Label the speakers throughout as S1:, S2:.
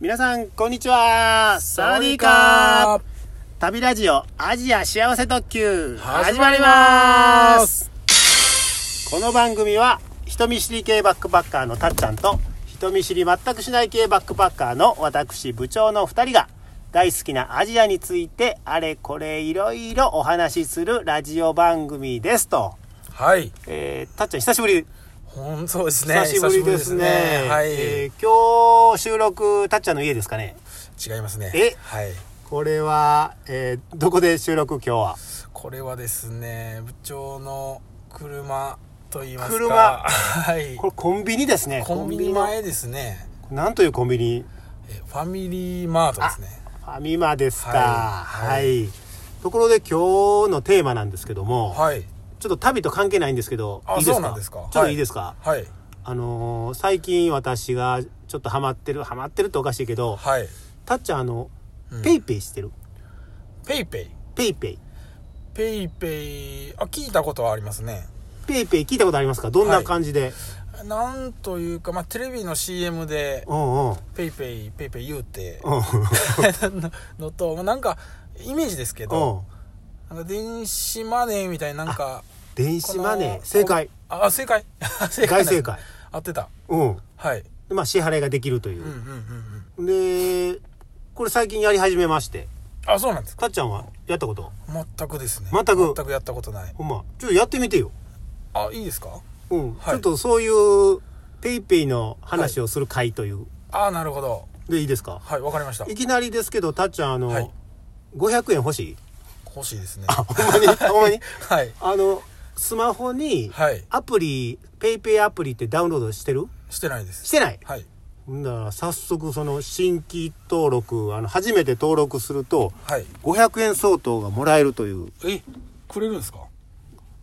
S1: 皆さん、こんにちはサワディーカー旅ラジオアジア幸せ特急
S2: 始
S1: 始
S2: ま
S1: ま
S2: り
S1: り
S2: ま
S1: ますすこの番組は人見知り系バックパッカーのたっちゃんと人見知り全くしない系バックパッカーの私部長の2人が大好きなアジアについてあれこれいろいろお話しするラジオ番組ですと、
S2: はい。
S1: えー、たっちゃん久しぶり
S2: 本当ですね。
S1: 久しぶりですね
S2: 久しぶりですねはい、
S1: えー今日収録たっちゃんの家ですかね
S2: 違いますね。
S1: え
S2: はい。
S1: これは、えーどこで収録今日は
S2: これはですね、部長の車と言いますか。
S1: 車
S2: はい
S1: こ。れコンビニですね
S2: コンビニ前ですね。
S1: コンビニのなんというコンビニ
S2: えファミリーマートですね。
S1: ファミマですか
S2: はい
S1: はい、ところで今日のテーマなんですけども、
S2: はい。
S1: ちょっと旅と関係ないんですけど
S2: あ
S1: いいですか
S2: そうなんですか
S1: ちょっといいですか、
S2: はい。
S1: あのー最近私がちょっとハマってるハマってるっておかしいけど
S2: はい。
S1: たっちゃんあの、
S2: うん
S1: ペイペイしてる
S2: ペイペイ。
S1: ペイペイ
S2: ペイペイ、あ、聞いたことはありますね。
S1: ペイペイ聞いたことありますかどん
S2: は
S1: ない感じで、
S2: なんというか、まあ、テレビの CM で、
S1: うんうん
S2: ペイペイ、ペイペイ言うて、
S1: うん
S2: ののと、まあなんか、イメージですけど、
S1: うん
S2: なんか電子マネーみたいななんか
S1: 電子マネ
S2: この
S1: ー正解
S2: あ正解 正
S1: 大
S2: なんです
S1: 正解
S2: 合ってた
S1: うん
S2: はい
S1: でまあ支払いができるという
S2: うんうんうんうん
S1: でこれ最近やり始めまして
S2: あそうなんですか
S1: たっちゃんはやったこと
S2: 全くですね
S1: 全く
S2: 全くやったことない
S1: ほんまちょっとやってみてよ、
S2: あいいですか
S1: うん
S2: はい
S1: ちょっとそういうペイペイの話をする会という、
S2: あなるほど
S1: でいいですか
S2: はいわかりました
S1: いきなりですけどたっちゃんあの、
S2: はい
S1: 500円欲しい
S2: 欲しいですね
S1: あほんまにほんまに
S2: はい
S1: あのスマホに
S2: はい
S1: アプリ、ペイペイアプリってダウンロードしてる
S2: してないで
S1: し
S2: す
S1: てない
S2: はい
S1: ほんなら早速その新規登録あの初めて登録すると
S2: はい
S1: 500円相当がもらえるという
S2: えくれるんですか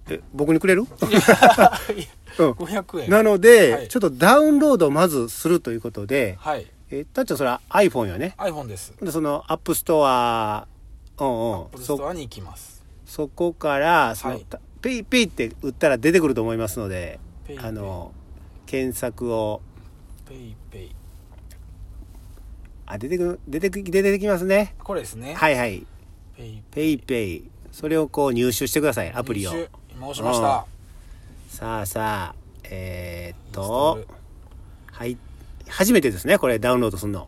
S1: え僕にくれ る、うん
S2: 500円
S1: なので、
S2: はい
S1: ちょっとダウンロードをまずするということで、
S2: はい
S1: えたっちゃんそれは iPhone よね。
S2: iPhone です
S1: でそのアップストア、うんうん、
S2: Apple
S1: そ
S2: Store に行きます
S1: そこからその、
S2: はい
S1: ペイペイって打ったら出てくると思いますので、
S2: ペイペイ
S1: あの検索を
S2: ペイペイ
S1: あ出てくる出てき出てきますね。
S2: これですね
S1: はいはい。
S2: ペイ
S1: ペイペイそれをこう入手してくださいアプリを。
S2: 入手今押しました
S1: さあさあえー、っ
S2: インストー
S1: と
S2: ル
S1: はい初めてですねこれダウンロードするの。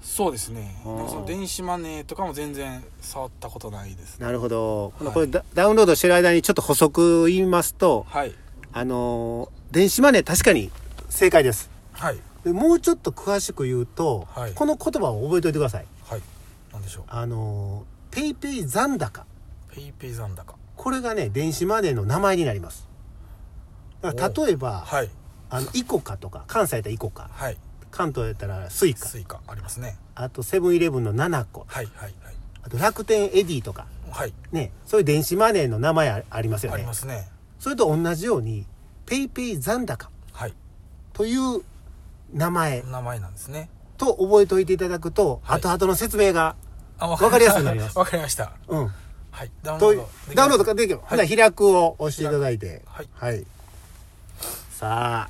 S2: そうですね
S1: うん
S2: なんかその電子マネーとかも全然触ったことないですね
S1: なるほど、
S2: はい
S1: これダダウンロードしてる間にちょっと補足言いますと
S2: はい
S1: あのー電子マネー確かに正解です
S2: はい
S1: でもうちょっと詳しく言うと、
S2: はい
S1: この言葉を覚えておいてください
S2: はいなんでしょ
S1: あのーペイペイ残高
S2: うペイペイ残高
S1: これがね電子マネーの名前になりますだから
S2: お
S1: 例えば、
S2: はい
S1: あのイコカとか関西やったらイコカ
S2: はい
S1: 関東やったらスイカ
S2: スイカありますね
S1: あとセブンイレブンの7個
S2: はいはいはい
S1: あと楽天エディとか
S2: はい
S1: ねそういう電子マネーの名前あありますよ
S2: あり
S1: ね
S2: ますね
S1: それと同じようにペイペイ残高
S2: はい
S1: という名前
S2: 名前なんですね
S1: と覚えておいていただくと、
S2: はい
S1: 後々の説明が、
S2: あわ
S1: わかりやすくなります
S2: わかりました
S1: うん、
S2: はいダウン
S1: と
S2: ロ
S1: いう
S2: ードできます
S1: ダウンロードができる、
S2: は
S1: ほ
S2: い
S1: な開くを押していただいて、
S2: はい
S1: さ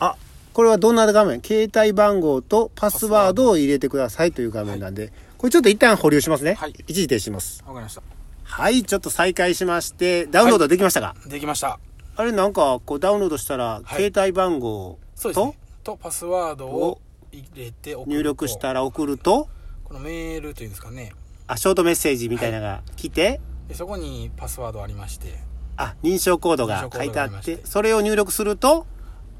S1: あ、あ、これはどんな画面携帯番号とパスワードを入れてくださいという画面なんで、これちょっと一旦保留しますね。
S2: はい
S1: 一時停止します。
S2: わかりました
S1: はい、ちょっと再開しまして、ダウンロードできましたか、
S2: できました
S1: あれなんか、こうダウンロードしたら、
S2: はい
S1: 携帯番号
S2: そうです
S1: と
S2: ねとパスワードを入れて送ると
S1: 入力したら送ると、
S2: このメールというんですかね
S1: あ、ショートメッセージみたいなのが来て、
S2: でそこにパスワードありまして
S1: あ認証コードが書いてあ
S2: 認証コードがありま
S1: っ
S2: して
S1: てそれを入力すると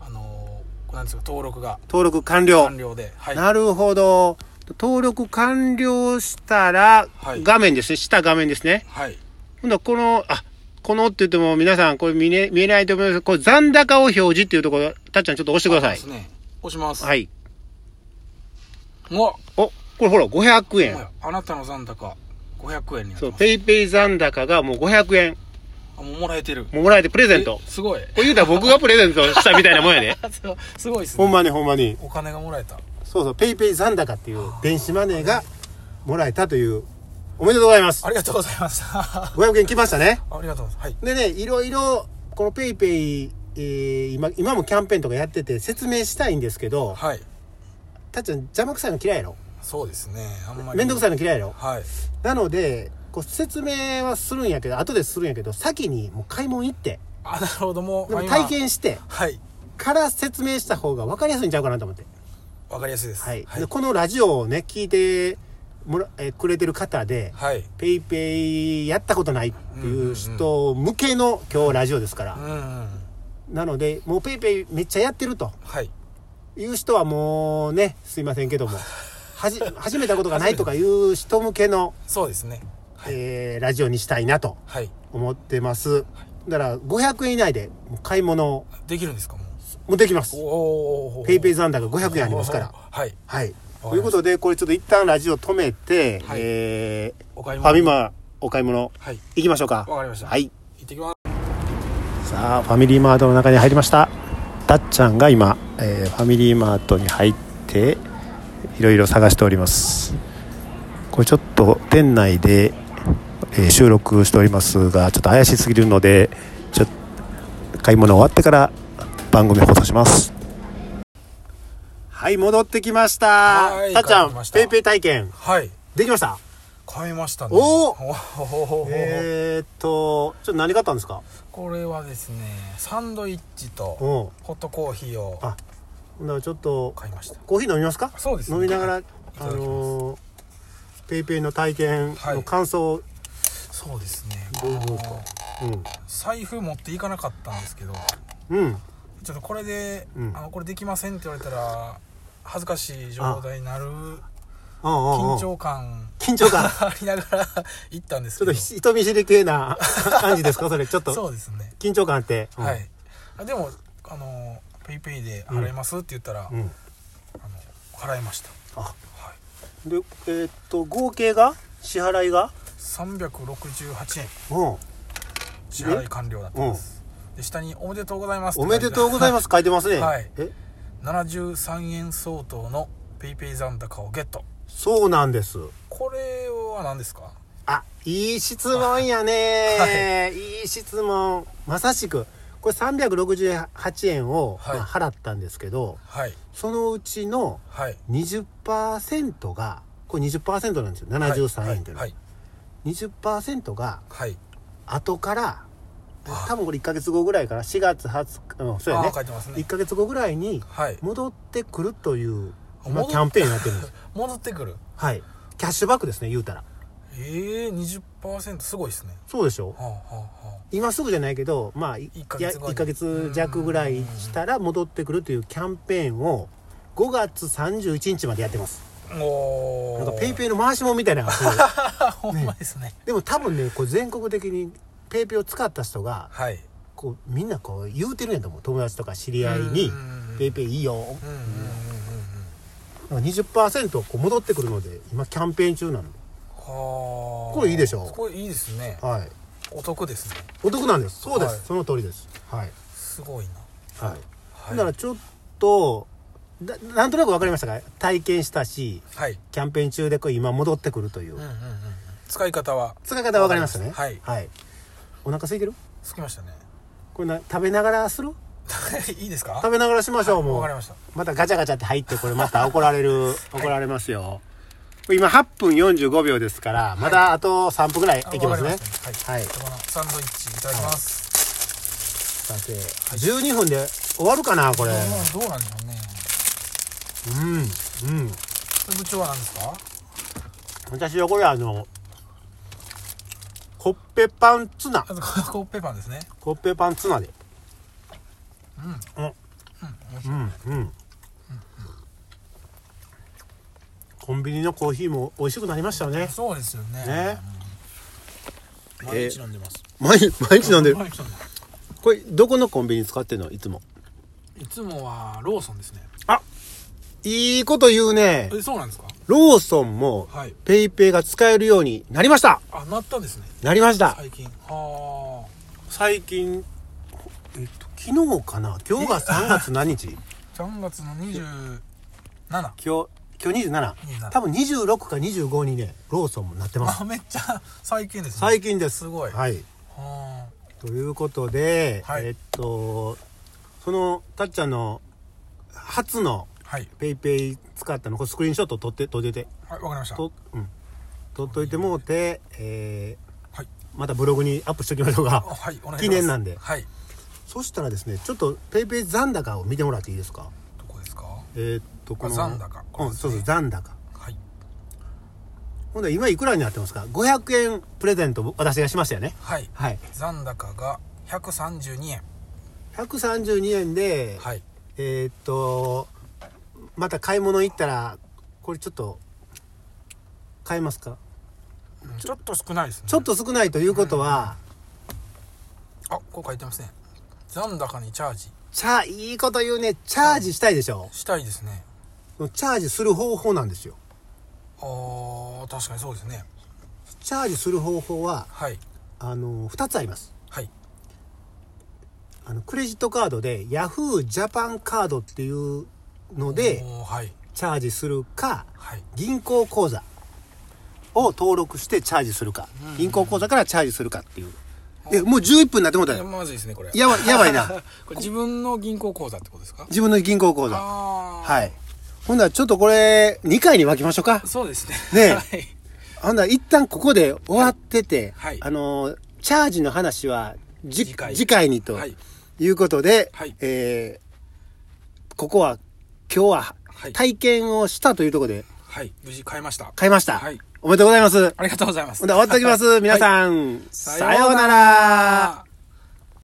S2: あのーこれなんですか登録が
S1: 登録完了
S2: 完了ではい
S1: なるほど登録完了したら、
S2: はい
S1: 画面ですね下画面ですね
S2: はい
S1: 今度はこのあこのって言っても皆さんこれ見,、ね、見えないと思いますこれ残高を表示っていうところたっちゃんちょっと押してください
S2: そうですね。押します。。
S1: はいいう
S2: わ
S1: おこれほら500
S2: お
S1: 円
S2: やあなたの残高500円にな
S1: そ
S2: って
S1: う
S2: ます。
S1: ペイペイ残高がもう500円
S2: あ、もうもらえてる。
S1: もうもらえてプレゼント
S2: えすごい。
S1: これ言うたら僕がプレゼントしたみたいなもんや で
S2: すごいっす
S1: ほ
S2: ね。
S1: んまにほんまに
S2: お金がもらえた。
S1: そうそう、ペイペイ残高っていう電子マネーがもらえたという、おめでとうございます
S2: あ。りがとうございます。 あ
S1: 500円来ましたね。
S2: りがとうございます。はい。
S1: でね、いろいろ、このペイペイ、えー今、今もキャンペーンとかやってて説明したいんですけど、
S2: はい。
S1: たっちゃん邪魔くさいの嫌いやろ
S2: そうですねあんまり
S1: 面倒くさいの嫌いやろ
S2: はい
S1: なのでこう説明はするんやけど後でするんやけど先にもう買い物行って
S2: あなるほどもう
S1: でも
S2: まあ今
S1: 体験して
S2: はい
S1: から説明した方が分かりやすいんちゃうかなと思って、
S2: わかりやすいです
S1: はい
S2: はい
S1: でこのラジオをね聞いてもらえくれてる方で、
S2: はい
S1: ペイペイやったことないっていう人向けの今日ラジオですから
S2: う、んうん
S1: なのでもうペイペイめっちゃやってると
S2: はい
S1: いう人はもうねすいませんけどもはじ 始めたことがないとかいう人向けの、
S2: そうですね
S1: えーラジオにしたいなと
S2: はい
S1: 思ってますだから500円以内でもう買い物
S2: できるんですかも
S1: もできます
S2: うおお
S1: ペイペイ
S2: ザ
S1: 残高500円ありますから
S2: はい
S1: はい
S2: ました
S1: ということでこれちょっと一旦ラジオ止めて、
S2: はい
S1: えー
S2: お買い
S1: フ
S2: 物
S1: ァミマお買い物
S2: はい
S1: 行きましょうか
S2: わかりました
S1: はい
S2: 行ってきます
S1: さあファミリーマートの中に入りましたたっちゃんが今、えーファミリーマートに入っていろいろ探しておりますこれちょっと店内で、えー収録しておりますがちょっと怪しすぎるのでちょっと買い物終わってから番組放送しますはい戻ってきました
S2: はい
S1: たっちゃ
S2: 帰ってきま
S1: ん
S2: した
S1: ペイペイ体験
S2: はい
S1: できました
S2: 買いましたね
S1: おー
S2: おー
S1: えー、っとちょっと何買ったんですか
S2: これはですねサンドイッチと
S1: うん
S2: ホットコーヒーを
S1: あほんならちょっと
S2: 買いました
S1: コーヒー飲みますか
S2: そうですね
S1: 飲みなが
S2: は
S1: ら
S2: いた
S1: あ
S2: だきます
S1: のーペイペイの体験
S2: は
S1: の
S2: い
S1: 感想を、
S2: そうですね
S1: どうぞ
S2: あの財布持っていかなかったんですけど
S1: うんうん
S2: ちょっとこれで、
S1: うん
S2: あのこれできませんって言われたら恥ずかしい状態になる緊
S1: 緊
S2: 張感
S1: 緊張感
S2: ありながら行ったんです
S1: ちょっと
S2: けど
S1: ひ人見知り系な 感じですかそれちょっ
S2: そ
S1: と
S2: うですね、
S1: 緊張感あって、うん
S2: はいあでもあのペイペイで払いますって言ったら、
S1: うん
S2: あの払いました、
S1: あ
S2: はい、
S1: でえーっと合計が支払いが
S2: 368円
S1: うん
S2: 支払い完了だったんです、で下に「おめでとうございます」
S1: おめでとうございます す書いてますね、
S2: はい
S1: え
S2: 73円相当のペイペイ残高をゲット
S1: そうなんです
S2: これは何ですか
S1: あいい質問やね、い、い質問まさしくこれ368円を、
S2: はい
S1: まあ払ったんですけど
S2: はい
S1: そのうちの
S2: はい
S1: 20%がこれ20%なんですよ73円っていうのは
S2: はい
S1: 20%が
S2: はい、はい
S1: 後から
S2: あ
S1: 多分これ1ヶ月後ぐらいから4月20日、うん、そうや
S2: あ
S1: ね
S2: ー書いてます
S1: 1
S2: ね
S1: ヶ月後ぐらいに
S2: はい
S1: 戻ってくるという今
S2: 戻っ
S1: キャンペーンになってるんです
S2: 戻ってくる
S1: はいキャッシュバックですね言うたら
S2: ええー、20%すごいですね
S1: そうでしょ
S2: はあはあは
S1: 今すぐじゃないけどまあい
S2: 1ヶ
S1: いや
S2: 月後に
S1: 1ヶ月弱ぐらいしたら戻ってくるというキャンペーンを5月31日までやってます
S2: あおお
S1: なんかペイペイの回しもんみたいなのがすごい
S2: あ ほんまですね
S1: でも多分ねこう全国的にペイペイを使った人が
S2: はい
S1: こうみんなこう言うてるんやと思う友達とか知り合いに
S2: うんうんうん
S1: 「ペイペイいいよ
S2: うんうんうんうんうん」
S1: なんか20%こう戻ってくるので今キャンペーン中なの
S2: はあ
S1: これいいでしょ
S2: これいいですね
S1: はい
S2: お得ですね
S1: お得なんですそうです、
S2: はい
S1: その通りですはい
S2: すごいな
S1: はい、
S2: は
S1: だ
S2: い
S1: からちょっとだなんとなく分かりましたか体験したし
S2: はい
S1: キャンペーン中でこう今戻ってくるという、
S2: うんうんうんうん使い方は
S1: 使い方分かりましたね
S2: わかります
S1: はい、お腹空いてる
S2: つきましたね
S1: これな食べながらする
S2: いいですか
S1: 食べながらしましょう、もう
S2: わかりました
S1: またガチャガチャって入ってこれまた怒られる、怒られますよ今8分45秒ですからまだあと3分ぐらいいきますね、
S2: あわかりましたはい、
S1: はい
S2: このサンドイッチいただきます、
S1: さて12分で終わるかなこれ
S2: これもうどうなんでしょうね
S1: うんうん
S2: これ部長は何ですか
S1: 私はこれあのコッペパンツナ
S2: あとこのコッペパンですね
S1: コッペパンツナでうんうんうん、コンビニのコーヒーも美味しくなりましたよね
S2: そうですよね
S1: ね
S2: うん毎日飲んでます、
S1: 毎日毎日飲んでる
S2: 毎日飲んでま
S1: これどこのコンビニ使ってんのいつも
S2: すいつもはローソンですね
S1: いいこと言うね
S2: えそうなんですか
S1: ローソンも
S2: はい
S1: ペイペイが使えるようになりました
S2: あなったんですね
S1: なりました
S2: 最近は
S1: 最近えっと昨日かな今日が3月何日 今
S2: あ3月の27あ
S1: 日今日27
S2: 27
S1: 多分26か25にねローソンもなってます
S2: めっちゃ最近ですね
S1: 最近です
S2: すごい
S1: はい
S2: は
S1: ということで、
S2: はい
S1: えっとそのたっちゃんの初の
S2: あはい
S1: ペイペイ使ったのこれスクリーンショット撮って撮ってて
S2: はいわかりました
S1: と、うん、撮っといてもうて、え
S2: はい
S1: ーまたブログにアップしときましょう
S2: あ
S1: か
S2: はいお願いします
S1: 記念なんで
S2: はい
S1: そしたらですねちょっとペイペイ残高を見てもらっていいですか
S2: どこですかは
S1: えーっとこの
S2: あ残高これ
S1: うん
S2: です
S1: そ
S2: ね
S1: うそう残高
S2: い
S1: ほんで今いくらになってますか500円プレゼント私がしましたよね
S2: はい
S1: はい
S2: 残高が132円
S1: 132円で、
S2: はい
S1: えーっとまた買い物行ったらこれちょっと買えますか
S2: うんちょっと少ないですね
S1: ちょっと少ないということは、
S2: あこう書いてますね残高にチャージ
S1: チャいいこと言うねチャージしたいでしょ、
S2: したいですね
S1: チャージする方法なんですよ
S2: あー確かにそうですね
S1: チャージする方法は
S2: はい
S1: あの2つあります
S2: はい
S1: あのクレジットカードで Yahoo ジャパンカードっていうので
S2: おーはい
S1: チャージするか
S2: はい
S1: 銀行口座を登録してチャージするか、銀行口座からチャージするかっていうえもう11分になってもうた
S2: いや
S1: よ
S2: まずいですねこれ
S1: やばいやばいな
S2: これ自分の銀行口座ってことですか
S1: 自分の銀行口座
S2: ああ
S1: はいほんならちょっとこれ2回に分けましょうか
S2: そうですね
S1: ねえ
S2: はい
S1: ほんなら一旦ここで終わってて、
S2: はい
S1: あのーチャージの話はじ
S2: 次回
S1: 次回にと
S2: はい
S1: いうことで、
S2: はい
S1: えーここは今日は
S2: はい
S1: 体験をしたというところで
S2: はい無事買いました
S1: 買いました、
S2: はい
S1: おめでとうございます
S2: ありがとうございます
S1: ほんで終わっておきます皆さん、さようなら
S2: さようなら